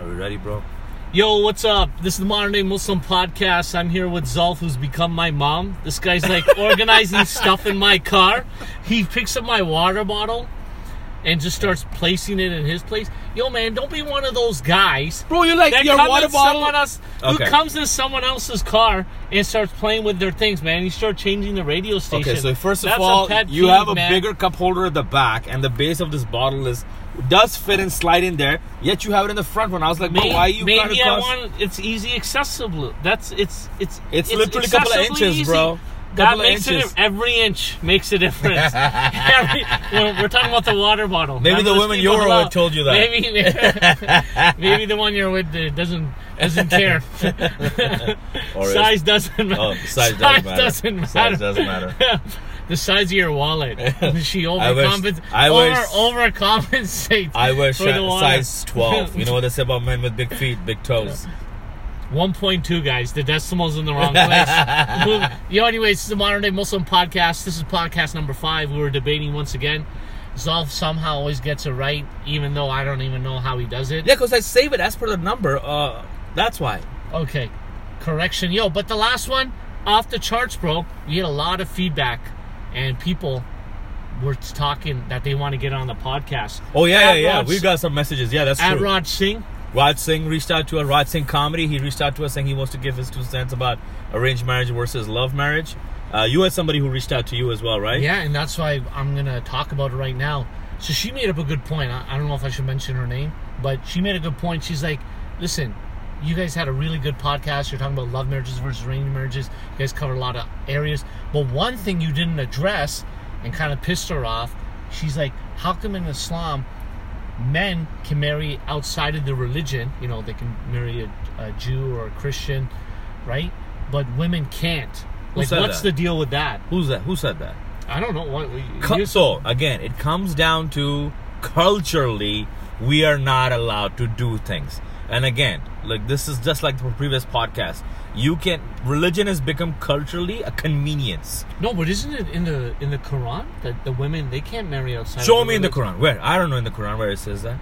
Are we ready, bro? Yo, what's up? This is the Modern Day Muslim Podcast. I'm here with Zolf, who's become my mom. This guy's like organizing stuff in my car. He picks up my water bottle and just starts placing it in his place. Yo, man, don't be one of those guys Bro, you're like that your come water in bottle. someone else who Okay. comes in someone else's car and starts playing with their things, man. You start changing the radio station. Okay, so first of That's a all, pet you peeve, have a man. bigger cup holder at the back, and the base of this bottle is does fit and slide in there. Yet you have it in the front one. I was like, bro, Maybe, why are you maybe kinda I cross- want it's easy accessible. That's it's it's It's literally a couple of accessibly inches, bro. That Couple of makes inches. it every inch makes a difference. Every- we're, we're talking about the water bottle. Maybe None the of those woman people you're allow- with told you that. Maybe maybe the one you're with uh, doesn't doesn't care. Or is- size doesn't matter. Oh, size doesn't matter. doesn't matter. Size doesn't matter. the size of your wallet. She I wish- overcompens- I wish- over, overcompensates. I wear for the shi- water. size 12. You know what they say about men with big feet, big toes. 1.2, guys. The decimal's in the wrong place. Yo, anyways, this is the Modern Day Muslim Podcast. This is podcast number five. We were debating once again. Zolf somehow always gets it right, even though I don't even know how he does it. Yeah, because I save it as per the number. Uh, that's why. Okay, correction. Yo, but the last one, off the charts, bro. We had a lot of feedback, and people were talking that they want to get on the podcast. Oh yeah, yeah, At yeah. Raj- We got some messages. Yeah, that's At true. Rod Singh, Raj Singh reached out to us. Raj Singh comedy. He reached out to us saying he wants to give his two cents about arranged marriage versus love marriage. Uh, you had somebody who reached out to you as well, right? Yeah, and that's why I'm gonna talk about it right now. So she made up a good point. I, I don't know if I should mention her name, but she made a good point. She's like, "Listen, you guys had a really good podcast. You're talking about love marriages versus arranged marriages. You guys covered a lot of areas, but one thing you didn't address, and kind of pissed her off. She's like, "How come in Islam?" men can marry outside of the religion. You know, they can marry a, a Jew or a Christian, right? But women can't. Like, said what's that? the deal with that? Who's that? Who said that? I don't know. What Co- you- so again, it comes down to culturally, we are not allowed to do things. And again, like this is just like the previous podcast. You can religion has become culturally a convenience. No, but isn't it in the in the Quran that the women they can't marry outside? Show of me in the religion? Quran. Where? I don't know in the Quran where it says that.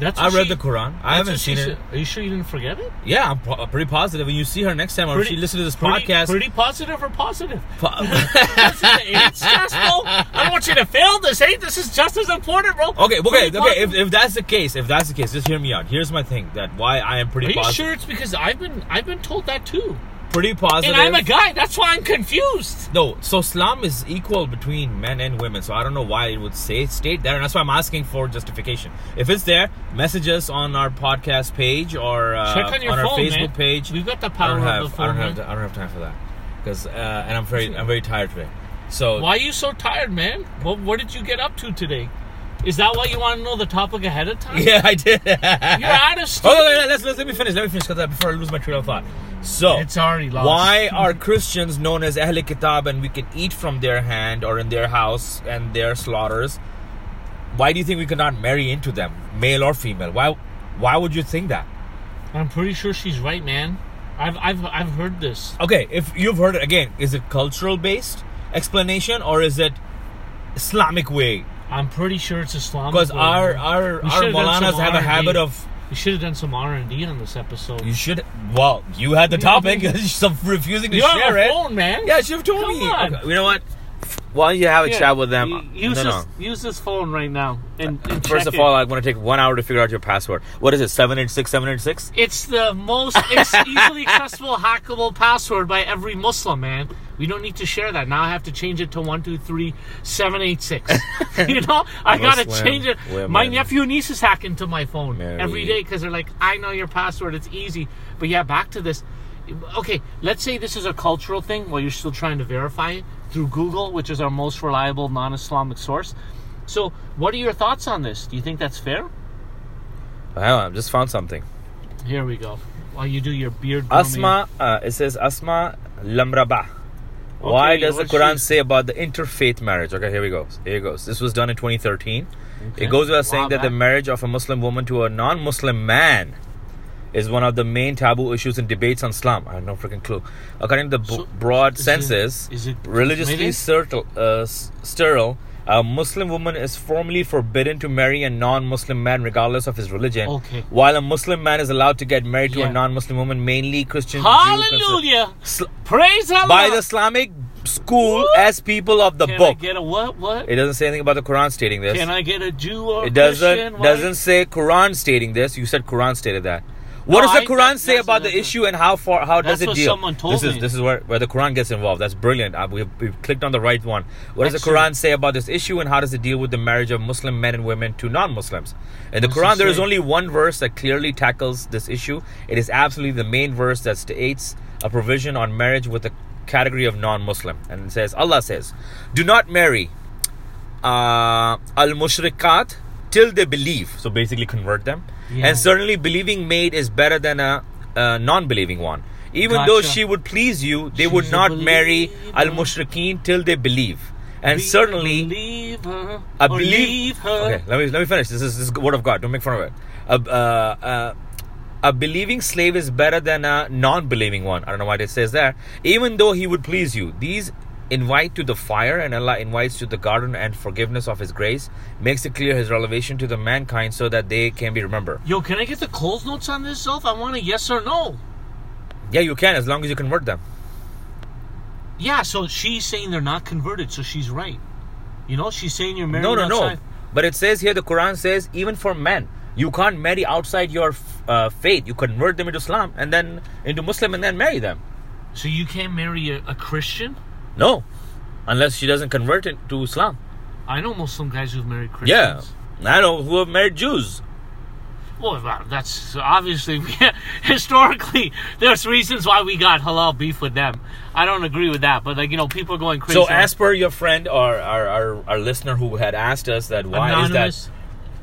That's I what read she- the Quran. I that's haven't what she seen it. said. Are you sure you didn't forget it? Yeah, I'm pro- pretty positive. When you see her next time, or if she listens to this pretty- podcast, Pretty positive or positive? po- That's it. it's stressful. I don't want you to fail this. Hey, this is just as important, bro. okay, okay, Pretty okay. positive. If, if that's the case, if that's the case, just hear me out. Here's my thing: that why I am Are pretty you positive. sure it's because I've been I've been told that too, Pretty positive. and I'm a guy. That's why I'm confused. No, so Islam is equal between men and women. So I don't know why it would say state there, and that's why I'm asking for justification. If it's there, message us on our podcast page or uh, Check on your our phone, Facebook man. page. We've got the I power don't of the have I phone. don't man. have, I don't have time for that because uh, and I'm very I'm very tired today. So Why are you so tired, man? What, what did you get up to today? Is that why you want to know the topic ahead of time? yeah, I did. You're out of Oh, stuff. wait, wait, wait, let's, let's let me finish. Let me finish 'cause I- before I lose my train of thought. So It's already lost. Why are Christians known as Ahl Kitab and we can eat from their hand or in their house and their slaughters? Why do you think we cannot marry into them, male or female? Why? Why would you think that? I'm pretty sure she's right, man. I've I've I've heard this. Okay, if you've heard it again, is it cultural based explanation or is it Islamic way? I'm pretty sure it's Islamic. Because way, our man. our We our should've done Molanas some have a R&D. habit of We should have done some R and D on this episode. you should. Well, you had the Yeah, I topic, mean- so refusing to You share have a it. phone, man. Yeah, should have told Come me. on. you know what? Why don't you have a Yeah. chat with them? Y- Use this use this phone right now and, and First check of it. all, I'm going to take one hour to figure out your password. What is it? Seven eight six seven eight six. It's the most ex- easily accessible hackable password by every Muslim man. We don't need to share that. Now I have to change it to one two three seven eight six. you know, I gotta Muslim change it. My women. nephew and niece is hacking to my phone Mary. every day because they're like, I know your password. It's easy. But yeah, back to this. Okay, let's say this is a cultural thing while you're still trying to verify it through Google, which is our most reliable non-Islamic source. So, what are your thoughts on this? Do you think that's fair? Wow, I just found something. Here we go. While you do your beard, grooming. Asma. Uh, it says Asma Lamraba. Why Okay, does the what's Quran she- say about the interfaith marriage? Okay, here we go. Here it goes. This was done in 2013. It goes without saying Wow, that the that- marriage of a Muslim woman to a non-Muslim man is one of the main taboo issues in debates on Islam. I have no freaking clue. According to the b- So, broad is it- senses, is it religiously permitted? sterile, uh, s- sterile A Muslim woman is formally forbidden to marry a non Muslim man regardless of his religion. Okay. While a Muslim man is allowed to get married to Yeah. a non Muslim woman, mainly Christian. Jew, Hallelujah. Conser- Sl- Praise Allah. by the Islamic school What? as people of the Can I book. get a what? What? it doesn't say anything about the Quran stating this. Can I get a Jew or It Christian? doesn't Why- doesn't say Quran stating this. You said Quran stated that. What No, does the I- Quran say that's- about the that's- issue and how far how does That's it what deal? someone told this is me. this is where, where the Quran gets involved. That's brilliant. Uh, we've, we've clicked on the right one. What does the Excellent. Quran say about this issue and how does it deal with the marriage of Muslim men and women to non-Muslims? In the What does it Quran, there is say? only one verse that clearly tackles this issue. It is absolutely the main verse that states a provision on marriage with a category of non-Muslim, and it says Allah says, "Do not marry uh, al mushrikat till they believe. So basically, convert them. Yeah. And certainly, believing maid is better than a, uh non-believing one. Even though Gotcha. she would please you, they She's would a not marry believer. al mushrikeen till they believe. And Be- certainly, believe her. I or believe. Oh, leave her. Okay, let me let me finish. This is this is word of God. Don't make fun of it. A, uh, uh, a believing slave is better than a non-believing one. I don't know why it says that. Even though he would please you, these invite to the fire, and Allah invites to the garden and forgiveness of His grace. Makes it clear His relation to the mankind, so that they can be remembered. Yo, can I get the Coles notes on this, Self? I want a yes or no. Yeah, you can as long as you convert them. Yeah, so she's saying they're not converted, so she's right. You know, she's saying you're married. No, no, no. outside. But it says here, the Quran says, even for men, you can't marry outside your f- uh, faith. You convert them into Islam and then into Muslim and then marry them. So you can't marry a, a Christian? No, unless she doesn't convert it to Islam. I know Muslim guys who've married Yeah, Christians. I know who have married Jews. Well, that- that's obviously historically there's reasons why we got halal beef with them. I don't agree with that, but like you know, people are going crazy. So, as per your friend or our, our, our listener who had asked us that, why is anonymous. that?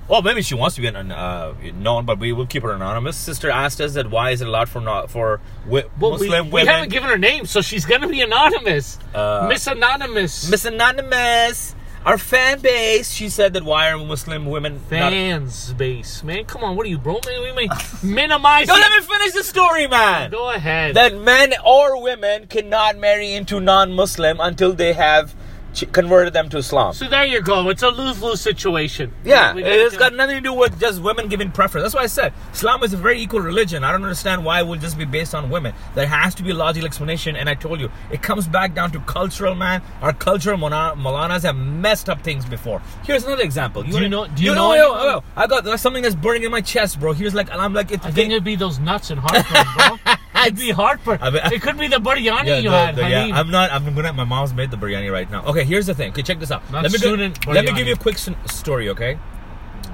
Well, maybe she wants to be an, an, uh, known, but we will keep her anonymous. Sister asked us that why is it allowed for not for wi- Well, we, Muslim we women? haven't given her name, so she's gonna be anonymous. Uh, Miss Anonymous. Miss Anonymous, our fan base, she said that why are Muslim women? not- Fans base, man. Come on, what are you, bro? Man, we may minimize. no, let me finish the story, man. Go ahead. that men or women cannot marry into non-Muslim until they have ch- converted them to Islam. so there you go. It's a lose lose situation. Yeah, We- we it's got gotta- nothing to do with just women giving preference. That's why I said Islam is a very equal religion. I don't understand why it will just be based on women. There has to be a logical explanation, and I told you, it comes back down to cultural, man. Our cultural mona- Molanas have messed up things before. Here's another example. Do you know- do you know yo, anyone? yo, I got there's something that's burning in my chest, bro. Here's like, and I'm like, it's I think it'd be those nuts and heartburn, bro. It'd be heartburn. I bet- it could be the biryani Yeah, you the- had, the- Halim. yeah, I'm not. I'm gonna. My mom's made the biryani right now. Okay, here's the thing. Okay, check this out. Not let me student Give, let me biryani. give you a quick s- story. Okay.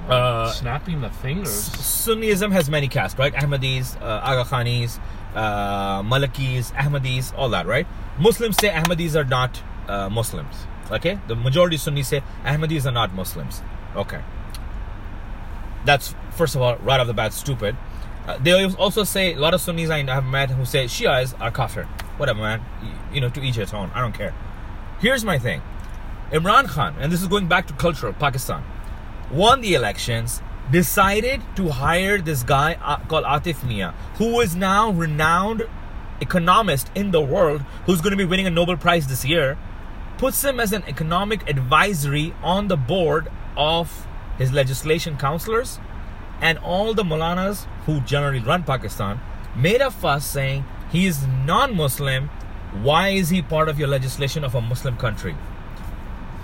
Uh, snapping the fingers. Sunniism has many castes, right? Ahmadis, uh, Aga Khanis, uh, Malakis, Ahmadis, all that, right? Muslims say Ahmadis are not uh, Muslims. Okay, the majority Sunnis say Ahmadis are not Muslims. Okay, that's first of all right off the bat stupid. Uh, they also say a lot of Sunnis I have met who say Shias are kafir. Whatever, man. Y- You know, to each his own. I don't care. Here's my thing. Imran Khan, and this is going back to culture, Pakistan, won the elections, decided to hire this guy uh, called Atif Mia, who is now renowned economist in the world, who's going to be winning a Nobel Prize this year, puts him as an economic advisory on the board of his legislation counselors, and all the Molanas who generally run Pakistan made a fuss saying he is non-Muslim. Why is he part of your legislation of a Muslim country?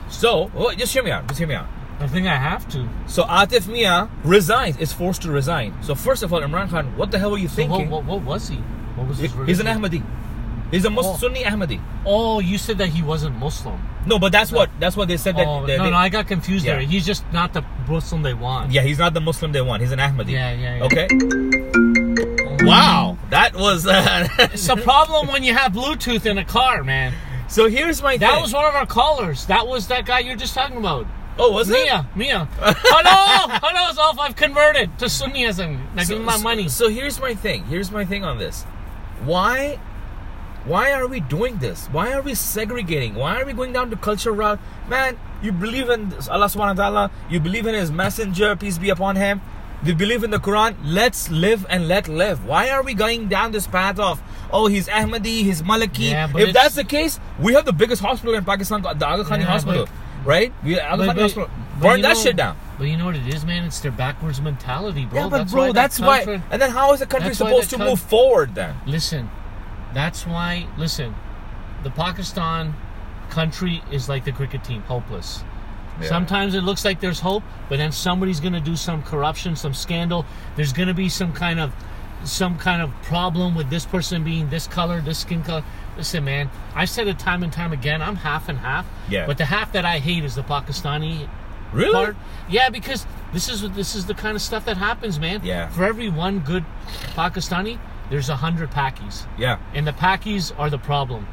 So, oh, just hear me out. Just hear me out. I think I have to. So Atif Mia resigns, is forced to resign. So first of all, Imran Khan, what the hell were you So what, thinking? what, what was he? What was his He's an religion? Ahmadi. He's a Mus- Oh. Sunni Ahmadi. Oh, you said that he wasn't Muslim. No, but that's what that's what they said that. oh, they- no, they- no, I got confused there. Yeah. He's just not the Muslim they want. yeah, he's not the Muslim they want. He's an Ahmadi. Yeah, yeah, yeah. Okay. Wow, that was. Uh, It's a problem when you have Bluetooth in a car, man. so here's my. That thing. was one of our callers. That was that guy you're just talking about. Oh, was it? Mia, Mia. hello, hello, Zolf. I've converted to Sunniism. Now give me my money. So here's my thing. Here's my thing on this. Why why are we doing this? Why are we segregating? Why are we going down the culture route? Man, you believe in this- Allah subhanahu wa ta'ala, you believe in his messenger, peace be upon him. You believe in the Quran, let's live and let live. Why are we going down this path of oh he's Ahmadi, he's Maliki? Yeah, but if it's- that's the case, we have the biggest hospital in Pakistan, the Aga Khani Yeah, hospital. but right? We, I'm But- fucking but- hospital. but Burn you that know- shit down. But you know what it is, man? It's their backwards mentality, bro. yeah, but bro, that that's why. country- and then how is the country that's why supposed to that move coun- forward then? Listen, that's why. Listen, the Pakistan country is like the cricket team, hopeless. Yeah. Sometimes it looks like there's hope, but then somebody's going to do some corruption, some scandal. There's going to be some kind of some kind of problem with this person being this color, this skin color. Listen, man, I've said it time and time again. I'm half and half. Yeah. But the half that I hate is the Pakistani Really? part. Yeah, because this is what- this is the kind of stuff that happens, man. Yeah. For every one good Pakistani, there's a hundred Pakis, Yeah. and the Pakis are the problem,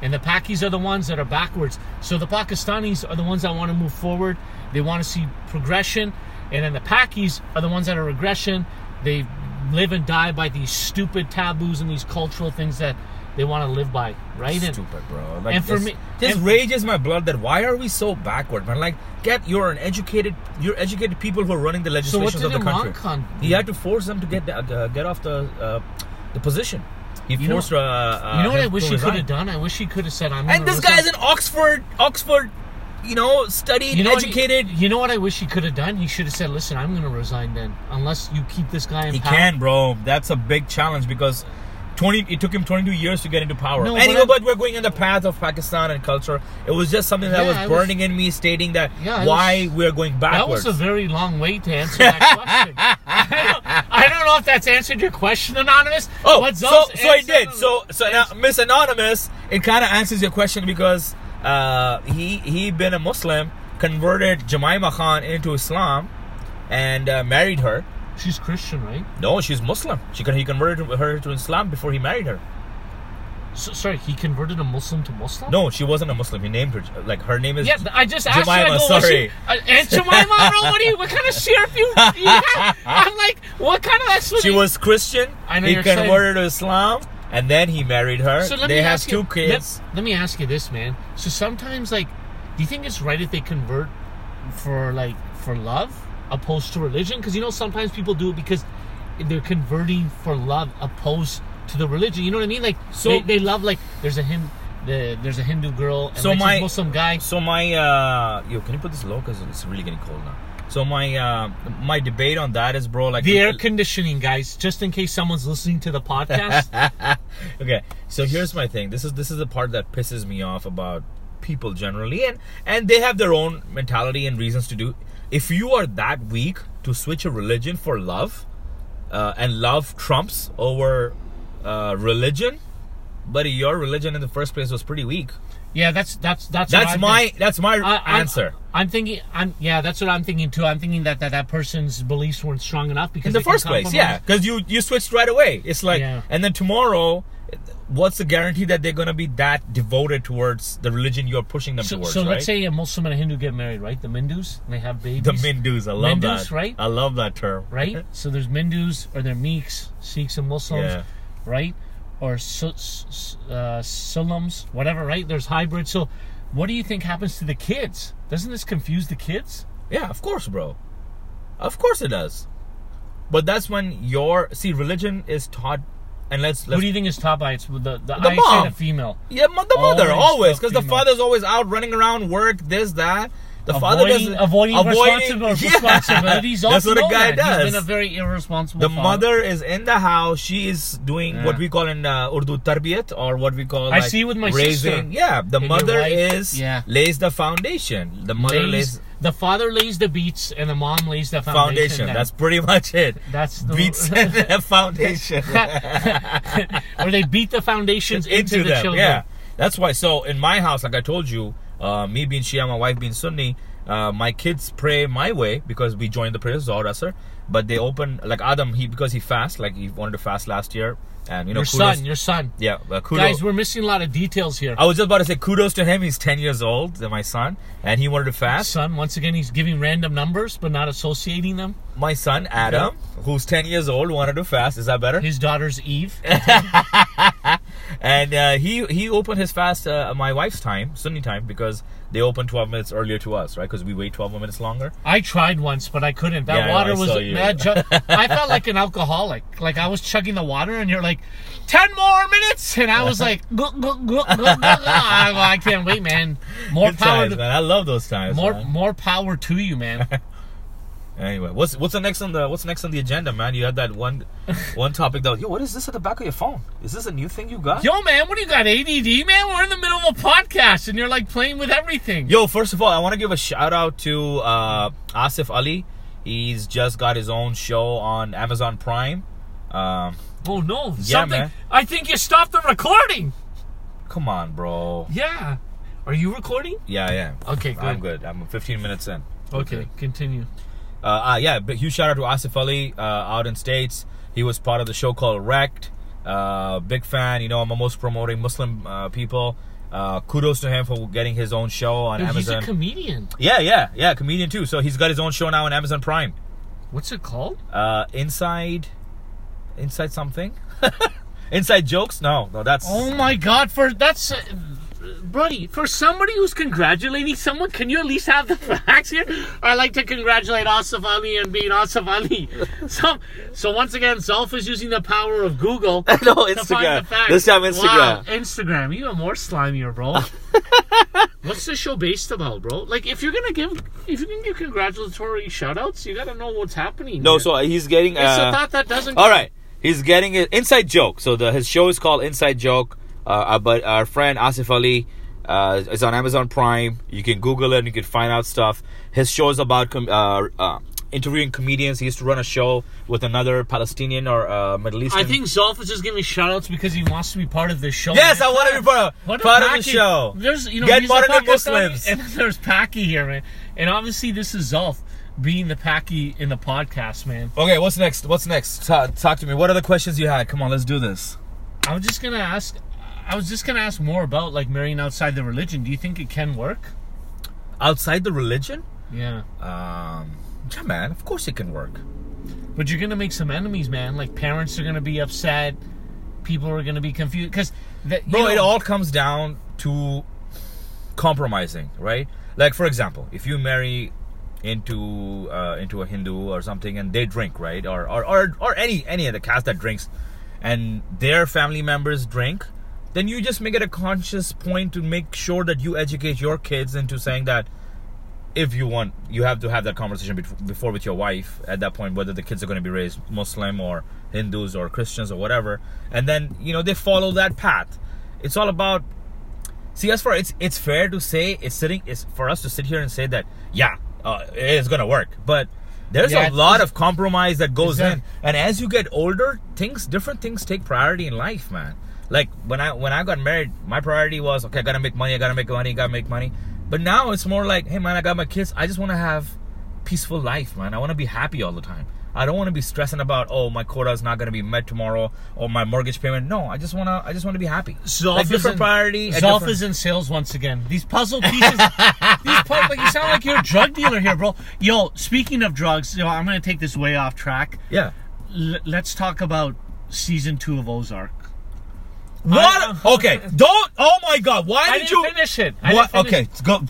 and the Pakis are the ones that are backwards. So the Pakistanis are the ones that want to move forward. They want to see progression, and then the Pakis are the ones that are regression. They live and die by these stupid taboos and these cultural things that they want to live by, right? And- Stupid, bro. Like, and for this, me- this and- rages my blood. That why are we so backward, man? Like, get you're an educated, you're educated people who are running the so what legislations of did the country. Imran Khan? do? He had to force them to get the, uh, get off the uh, the position. He know- forced. uh, uh, You know what him I wish to he could resign. have done? I wish he could have said, "I'm." And gonna this resign." guy's in Oxford, Oxford, you know, studied, You know what he- educated. you know what I wish he could have done? He should have said, "Listen, I'm going to resign then, unless you keep this guy in He power." can, bro. That's a big challenge because twenty. It took him twenty-two years to get into power. No, but anyway, I- but, we're going in the path of Pakistan and culture. It was just something that Yeah, was I was- burning in me, stating that Yeah, I why was- we're going That backwards. was a very long way to answer that question. I, don't, I don't know if that's answered your question, anonymous. Oh, What's so up? so I did. Answer- So so now, Miss Anonymous, it kind of answers your question because uh, he he been a Muslim, converted Jemima Khan into Islam, and uh, married her. she's Christian, right? No, she's Muslim. She con- he converted her to Islam before he married her. So, sorry, he converted a Muslim to Muslim. No, she wasn't a Muslim. He named her like her name is. Yeah, th- I just asked you. I Jemima, go, what's sorry. your- uh, Aunt Jemima, bro, what, are you, what kind of sheriff you, you have? I'm like, what kind of she was Christian. I know he you're excited. converted to Islam, and then he married her. So let they me have ask two you, kids. Let, let me ask you this, man. So sometimes, like, do you think it's right if they convert for like for love opposed to religion? Because you know sometimes people do it because they're converting for love opposed to the religion. You know what I mean? Like, So- so they, they love like there's a Hindu, the, there's a Hindu girl and So like, she's my- Muslim guy. So my uh, yo, can you put this low? Cause it's really getting cold now. So my uh, my debate on that is, bro, like The air conditioning, guys, just in case someone's listening to the podcast. okay so here's my thing this is this is the part that pisses me off about people generally and and they have their own mentality and reasons to do if you are that weak to switch a religion for love uh, and love trumps over uh, religion buddy your religion in the first place was pretty weak yeah, that's that's that's what that's I'm- my that's my I- I'm- answer I'm thinking. I'm yeah. That's what I'm thinking too. I'm thinking that that, that person's beliefs weren't strong enough because in the they can first place yeah compromise. because you you switched right away it's like Yeah. and then tomorrow what's the guarantee that they're gonna be that devoted towards the religion you're pushing them So, towards so right? let's say a Muslim and a Hindu get married, right? The Mindus, and they have babies. The Mindus, I love Mindus, that. right? I love that term. right? So there's Mindus or they're Meeks, Sikhs and Muslims, Yeah. right? Or Su- S- uh, Sulams, whatever, right? There's hybrid. So, what do you think happens to the kids? Doesn't this confuse the kids? Yeah, of course, bro. Of course it does. But that's when your see religion is taught, and let's Who let's do you think is top by? It's the the, the, I mom. say the female. yeah, mo- the mother Always always because the female. father's always out running around work this that. The father avoiding, doesn't avoiding, responsibility, Yeah. responsibilities. That's Also what a know guy that. does. He's been a very irresponsible. the father. mother is in the house. She is doing what Yeah. we call in uh, Urdu tarbiyat or what we call. I like, see with my raising. sister. Yeah, the And your mother wife. is Yeah. lays the foundation. The mother lays lays, the father lays the beats and the mom lays the foundation. foundation. then. That's pretty much it. That's the- beats and the foundation or they beat the foundations into, into the them. children. Yeah, that's why. So in my house, like I told you, uh, me being Shia, my wife being Sunni, uh, my kids pray my way because we joined the prayers Zohar Asr. But they open like Adam, he because he fast, like he wanted to fast last year, and you know, Your kudos, son, your son. yeah, uh, kudos. Oh, Guys, we're missing a lot of details here. I was just about to say kudos to him. He's ten years old, my son, and he wanted to fast. Son, once again, he's giving random numbers but not associating them. My son Adam, who's ten years old, wanted to fast. Is that better? His daughter's Eve. and uh, he he opened his fast uh, my wife's time, Sunni time, because they opened 12 minutes earlier to us, right? Because we wait 12 minutes longer. I tried once, but I couldn't. That Yeah, I know, water I was saw you. mad. Ju- I felt like an alcoholic. Like I was chugging the water, and you're like, ten more minutes," and I was like, "Glug, glug, glug, glug, glug, glug." I, I can't wait, man. More Good power, times, to, man. I love those times. more man. more power to you, man. Anyway, what's what's the next on the what's next on the agenda, man? You had that one one topic that was, yo, what is this at the back of your phone? Is this a new thing you got? Yo, man, what do you got? ADD, man. We're in the middle of a podcast, and you're like playing with everything. Yo, first of all, I want to give a shout out to uh, Asif Ali. He's just got his own show on Amazon Prime. Um, Oh no! Yeah, something. man. I think you stopped the recording. come on, bro. Yeah. Are you recording? Yeah, I am. Okay, good. I'm good. I'm 15 minutes in. Okay, continue. Uh, uh, yeah, but huge shout out to Asif Ali uh, out in states. He was part of the show called Wrecked. Uh, big fan. You know, I'm almost promoting Muslim uh, people. Uh, kudos to him for getting his own show on Dude, he's Amazon. a comedian. yeah, yeah, yeah. Comedian too. So he's got his own show now on Amazon Prime. What's it called? Uh, inside, inside something. inside jokes? No, no. That's Oh my God! For that's, uh, buddy. For somebody who's congratulating someone, can you at least have the facts here? I like to congratulate Asif Ali and being Asif Ali. So, so once again, Zolf is using the power of Google. no to find the Instagram. facts. This time Wow, Instagram. Instagram. You are more slimier, bro. What's the show based about, bro? Like, if you're gonna give, if you're gonna give congratulatory shoutouts, you gotta know what's happening. No, here. so he's getting. it's uh, a thought that doesn't. All right, he's getting an inside joke. So the his show is called Inside Joke. Uh, our, but our friend Asif Ali uh, is on Amazon Prime. You can Google it and you can find out stuff. His show is about com- uh, uh, interviewing comedians. He used to run a show with another Palestinian or uh, Middle Eastern. I think Zolf is just giving shoutouts because he wants to be part of this show. Yes, man. I want to be part What of, a part of the Paki. show. There's, you know, Get he's a modern Pakistani, Muslims. and then there's Paki here, man. And obviously, this is Zolf being the Paki in the podcast, man. Okay, what's next? What's next? Ta- talk to me. What are the questions you had? Come on, let's do this. I was just gonna ask. I was just gonna ask more about like marrying outside the religion. Do you think it can work? Outside the religion? Yeah. Um, yeah, man. Of course it can work. But you're gonna make some enemies, man. Like parents are gonna be upset. People are gonna be confused because that. you Bro, it know- all comes down to compromising, right? Like for example, if you marry into uh, into a Hindu or something, and they drink, right, or or or, or any any of the caste that drinks, and their family members drink, then you just make it a conscious point to make sure that you educate your kids into saying that if you want, you have to have that conversation bef- before with your wife at that point, whether the kids are going to be raised Muslim or Hindus or Christians or whatever, and then you know they follow that path. It's all about. See, as far it's it's fair to say it's sitting it's for us to sit here and say that yeah, uh, it's going to work, but there's Yeah, a lot of compromise that goes Exact- in, and as you get older, things different things take priority in life, man. Like when I when I got married, my priority was okay, I gotta make money, I gotta make money, gotta make money. But now it's more like, hey man, I got my kids. I just want to have peaceful life, man. I want to be happy all the time. I don't want to be stressing about oh my quota is not gonna be met tomorrow or my mortgage payment. No, I just wanna I just wanna be happy. Zolf like is different in- priority. a Zolf different- is in sales once again. These puzzle pieces. these puzzle, like, you sound like you're a drug dealer here, bro. Yo, speaking of drugs, yo, I'm gonna take this way off track. yeah. L- let's talk about season two of Ozark. What? Okay. Don't. Oh my God. Why I did didn't you? finish it. I What? didn't finish Okay. it. Go.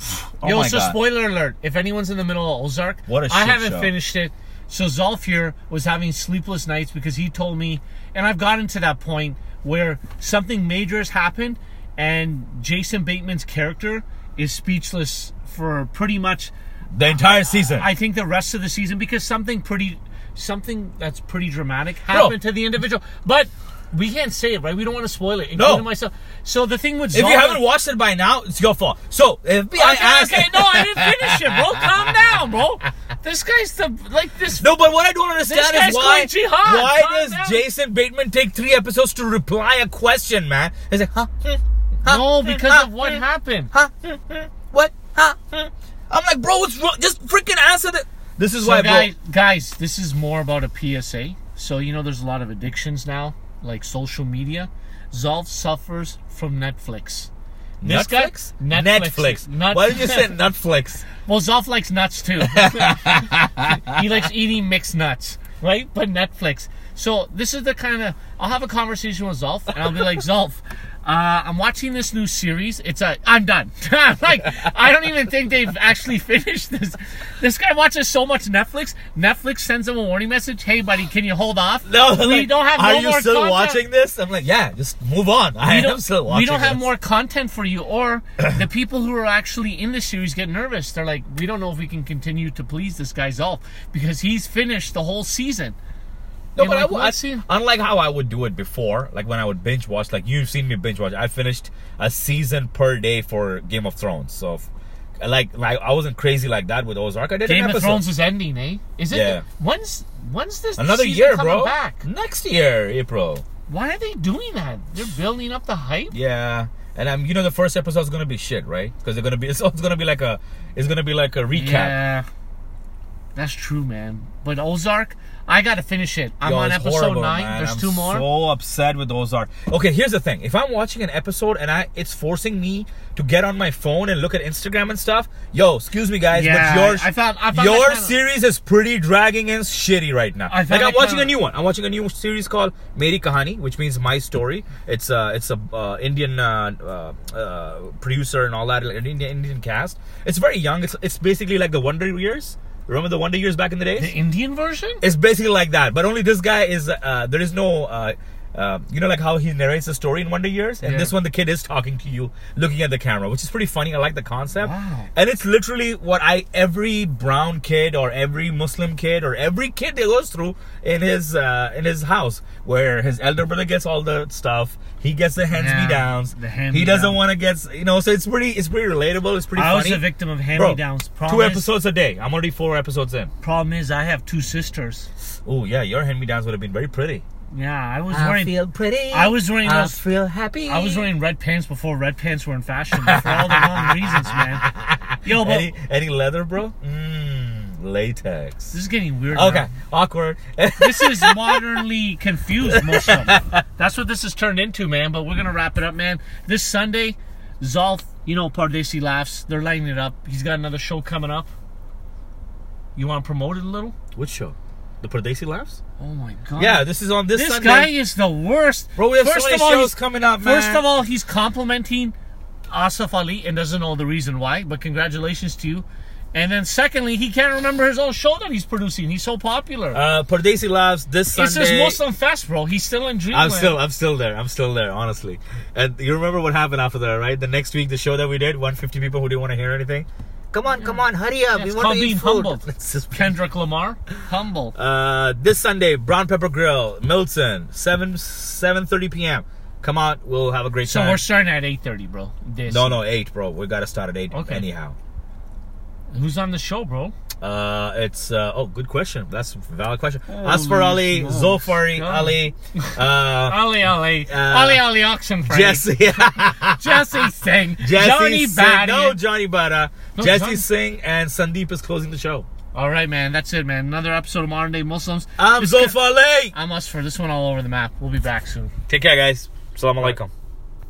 Oh Yo, my so God. spoiler alert. If anyone's in the middle of Ozark, What a I shit haven't show. finished it. So Zolf here was having sleepless nights because he told me, and I've gotten to that point where something major has happened, and Jason Bateman's character is speechless for pretty much the entire season. I think the rest of the season because something pretty, something that's pretty dramatic happened to the individual. But we can't say it, right? We don't want to spoil it, including myself. So the thing with If you Zola- haven't watched it by now, it's your fault. So if I okay, asked, okay, no, I didn't finish it, bro. Calm down, bro. This guy's the like this. no, but what I don't understand This guy's is why going jihad. why Calm does down. Jason Bateman take three episodes to reply a question, man? It's like, huh, hmm, huh, no, hmm, because huh, of what hmm, happened. huh, hmm, hmm, what, huh? hmm. I'm like, bro, what's wrong? Just freaking answer that. This is So why, guys, bro. guys, this is more about a PSA. So you know, there's a lot of addictions now, like social media. Zolf suffers from Netflix. This guy- Netflix? Netflix. Netflix. Not- Why did you say Netflix? Well, Zoff likes nuts too. he likes eating mixed nuts, right? But Netflix. So this is the kind of I'll have a conversation with Zolf, and I'll be like, Zolf, uh, I'm watching this new series. It's a I'm done. like I don't even think they've actually finished this. This guy watches so much Netflix. Netflix sends him a warning message. Hey, buddy, can you hold off? No, we like, don't have. Are no you more still content." watching this? I'm like, yeah, just move on. I We am still watching. We don't have this. more content for you, or the people who are actually in the series get nervous. They're like, we don't know if we can continue to please this guy Zolf because he's finished the whole season. No, You're but like, I, "Let's see." would. unlike how I would do it before, like when I would binge watch, like you've seen me binge watch. I finished a season per day for Game of Thrones. So, if- like, like I wasn't crazy like that with Ozark. I did an Game of episode. Thrones is ending, eh? Is it? Yeah. When's when's this another season year, coming bro. Back? Next year, April. Why are they doing that? They're building up the hype. Yeah, and I'm. You know, the first episode is gonna be shit, right? Because they're gonna be. It's, it's gonna be like a. It's gonna be like a recap. Yeah. That's true, man. But Ozark, I gotta finish it. I'm Yo, on it's episode horrible, nine. man. There's I'm two more. So upset with Ozark. Okay, here's the thing: if I'm watching an episode and I, it's forcing me to get on my phone and look at Instagram and stuff. Yo, excuse me, guys, Yeah, but your I found- I found your that kinda- series is pretty dragging and shitty right now. I found like I'm that watching kinda- a new one. I'm watching a new series called Meri Kahani, which means my story. It's a it's a uh, Indian uh, uh, uh, producer and all that, like an Indian Indian cast. It's very young. It's it's basically like the Wonder Years. Remember the Wonder Years back in the days? The Indian version? it's basically like that but only this guy is uh, there is no uh, uh, you know like how he narrates the story in wonder years and Yeah. this one the kid is talking to you looking at the camera which is pretty funny i like the concept Wow. and it's literally what i every brown kid or every muslim kid or every kid that goes through in his uh, in his house where his elder brother gets all the stuff he gets the hands me downs the hand-me-down. he doesn't want to get you know so it's pretty it's pretty relatable it's pretty I was funny a victim of Bro, hand-me-downs. Problem two is- episodes a day i'm already four episodes in Problem is, I have two sisters. Oh yeah, your hand me downs would have been very pretty. Yeah, I was wearing. pretty. I was wearing those- feel happy. I was wearing red pants before red pants were in fashion for all the wrong reasons, man. Yo, but any any leather, bro. Mmm, latex. this is getting weird. now. Okay, awkward. this is modernly confused Muslim. That's what this has turned into, man. But we're gonna wrap it up, man. This Sunday, Zolf, you know, Pardesi laughs. They're lighting it up. He's got another show coming up. You want to promote it a little? Which show? The Pradesi laughs. Oh my god. Yeah, this is on this. This Sunday. guy is the worst. bro. We have so First many of all, shows he's- coming up, man. First of all, he's complimenting Asif Ali and doesn't know the reason why, but congratulations to you. And then secondly, he can't remember his own show that he's producing. He's so popular. uh, Pradesi laughs this it's his Sunday. Muslim fest, bro. He's still in I'm dreamland. still, I'm still there. I'm still there, honestly. And you remember what happened after that, right? The next week, the show that we did, 150 people who didn't want to hear anything. Come on, come on, hurry up! we Yeah, it's want called to being eat food. humbled. This is- Kendrick Lamar, humble. Uh, this Sunday, Brown Pepper Grill, Milton, seven seven thirty p.m. Come on, we'll have a great so time. we're starting at eight thirty, bro. This. no, no, eight, bro. We gotta start at eight Okay. anyhow. Who's on the show, bro? Uh, it's uh, oh, good question. That's a valid question. Asfar Holy Ali, smokes. Zofari God. Ali, uh, Ali Ali, Uh, Ali Ali Oxenfree, Jesse, Jesse Singh, Jesse Johnny Singh- Bad. no, Johnny Bada, No, Jesse Johnny- Singh, and Sandeep is closing the show. All right, man. That's it, man. Another episode of Modern Day Muslims. I'm This guy- Zofar Ali. I'm us for this one all over the map. We'll be back soon. Take care, guys. Salam alaikum.